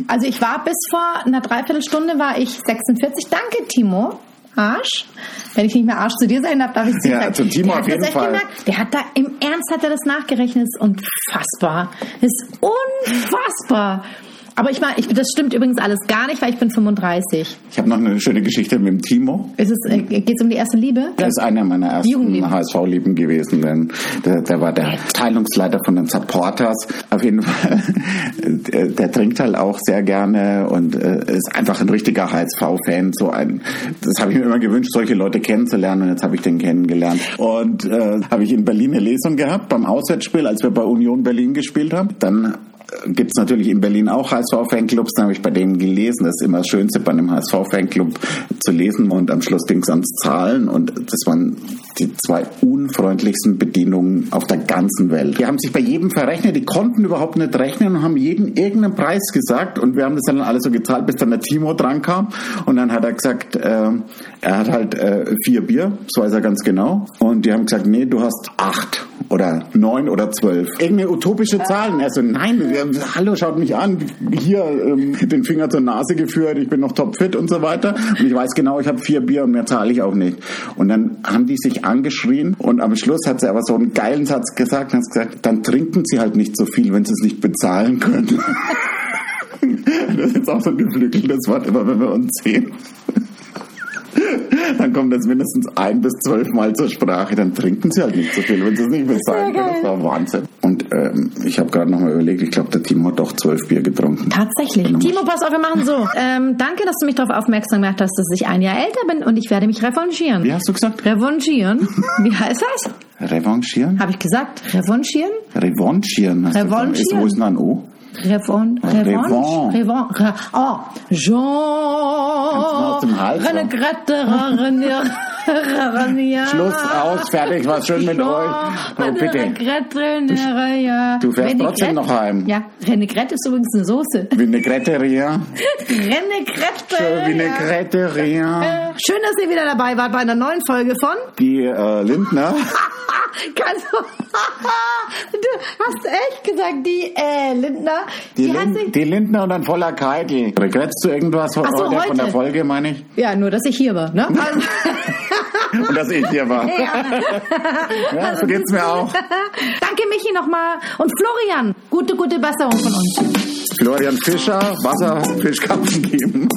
E: also ich war bis vor einer Dreiviertelstunde war ich 46. Danke, Timo. Arsch. Wenn ich nicht mehr Arsch zu dir sein darf, darf ich zu
A: Ja,
E: sagen.
A: zum Timo
E: der
A: auf
E: hat das
A: jeden
E: echt
A: Fall.
E: Gemerkt. Der hat da, im Ernst hat er das nachgerechnet. Ist unfassbar. Ist unfassbar. Aber ich meine, ich, das stimmt übrigens alles gar nicht, weil ich bin 35.
A: Ich habe noch eine schöne Geschichte mit dem Timo.
E: Ist es, äh, geht's um die erste Liebe?
A: Der ist einer meiner ersten
E: Jugendlieben.
A: HSV-Lieben gewesen, denn der, der war der Teilungsleiter von den Supporters. Auf jeden Fall, [LAUGHS] der, der trinkt halt auch sehr gerne und äh, ist einfach ein richtiger HSV-Fan. So ein, das habe ich mir immer gewünscht, solche Leute kennenzulernen und jetzt habe ich den kennengelernt. Und äh, habe ich in Berlin eine Lesung gehabt beim Auswärtsspiel, als wir bei Union Berlin gespielt haben. Dann gibt es natürlich in Berlin auch HSV-Fanclubs, da habe ich bei denen gelesen, das ist immer das Schönste bei einem HSV-Fanclub zu lesen und am Schluss ging es ans Zahlen und das waren die zwei unfreundlichsten Bedienungen auf der ganzen Welt. Die haben sich bei jedem verrechnet, die konnten überhaupt nicht rechnen und haben jedem irgendeinen Preis gesagt und wir haben das dann alles so gezahlt, bis dann der Timo dran kam und dann hat er gesagt, ähm, er hat halt äh, vier Bier, so weiß er ganz genau und die haben gesagt, nee, du hast acht oder neun oder zwölf. Irgendeine utopische Zahlen. Also nein, wir, hallo, schaut mich an. Hier ähm, den Finger zur Nase geführt, ich bin noch topfit und so weiter. Und ich weiß genau, ich habe vier Bier und mehr zahle ich auch nicht. Und dann haben die sich angeschrien und am Schluss hat sie aber so einen geilen Satz gesagt und hat gesagt, dann trinken sie halt nicht so viel, wenn sie es nicht bezahlen können. Das ist jetzt auch so ein geflügeltes Wort, immer wenn wir uns sehen. Dann kommt das mindestens ein bis zwölf Mal zur Sprache. Dann trinken sie halt nicht so viel, wenn sie es nicht bezahlen können. Das war Wahnsinn. Und ähm, ich habe gerade nochmal überlegt, ich glaube, der Timo hat doch zwölf Bier getrunken.
E: Tatsächlich. Timo, pass auf, wir machen so.
A: [LAUGHS]
E: Ähm, danke, dass du mich darauf aufmerksam gemacht hast, dass ich ein Jahr älter bin und ich werde mich revanchieren.
A: Wie hast du gesagt? [LAUGHS]
E: Revanchieren? Wie heißt das?
A: Revanchieren?
E: Habe ich gesagt? Revanchieren?
A: Revanchieren. hast du gesagt.
E: Revanchieren.
A: Ist, wo ist denn ein O?
E: Revon,
A: Revanche.
E: Revanche? Revanche. Re, oh, Jean.
A: mal aus dem Hals,
E: René
A: ja. [LAUGHS]
E: Gretterer, René. ja.
A: Schluss, aus, fertig, war schön mit euch. Oh, bitte. Du fährst trotzdem noch heim.
E: Ja, Renegrette ist übrigens eine Soße. [LAUGHS]
A: Vinaigrette-Ria.
E: Renegrette.
A: Vinaigrette-Ria.
E: Schön, dass ihr wieder dabei wart bei einer neuen Folge von
A: Die äh, Lindner.
E: Kannst du, [LAUGHS] du hast echt gesagt, die äh, Lindner,
A: Die,
E: die, hat
A: Lin
E: sich...
A: die Lindner und ein voller Keitel. Regretst du irgendwas von,
E: Ach so,
A: heute, von der
E: heute.
A: Folge, meine ich?
E: Ja, nur, dass ich hier war, ne? Ah, Also,
A: Und dass ich hier
E: [LAUGHS]
A: war. [LAUGHS] Ja, so geht's mir auch.
E: Danke, Michi, nochmal. Und Florian, gute, gute Besserung von uns.
A: Florian Fischer, Wasser, Fischkarpfen geben.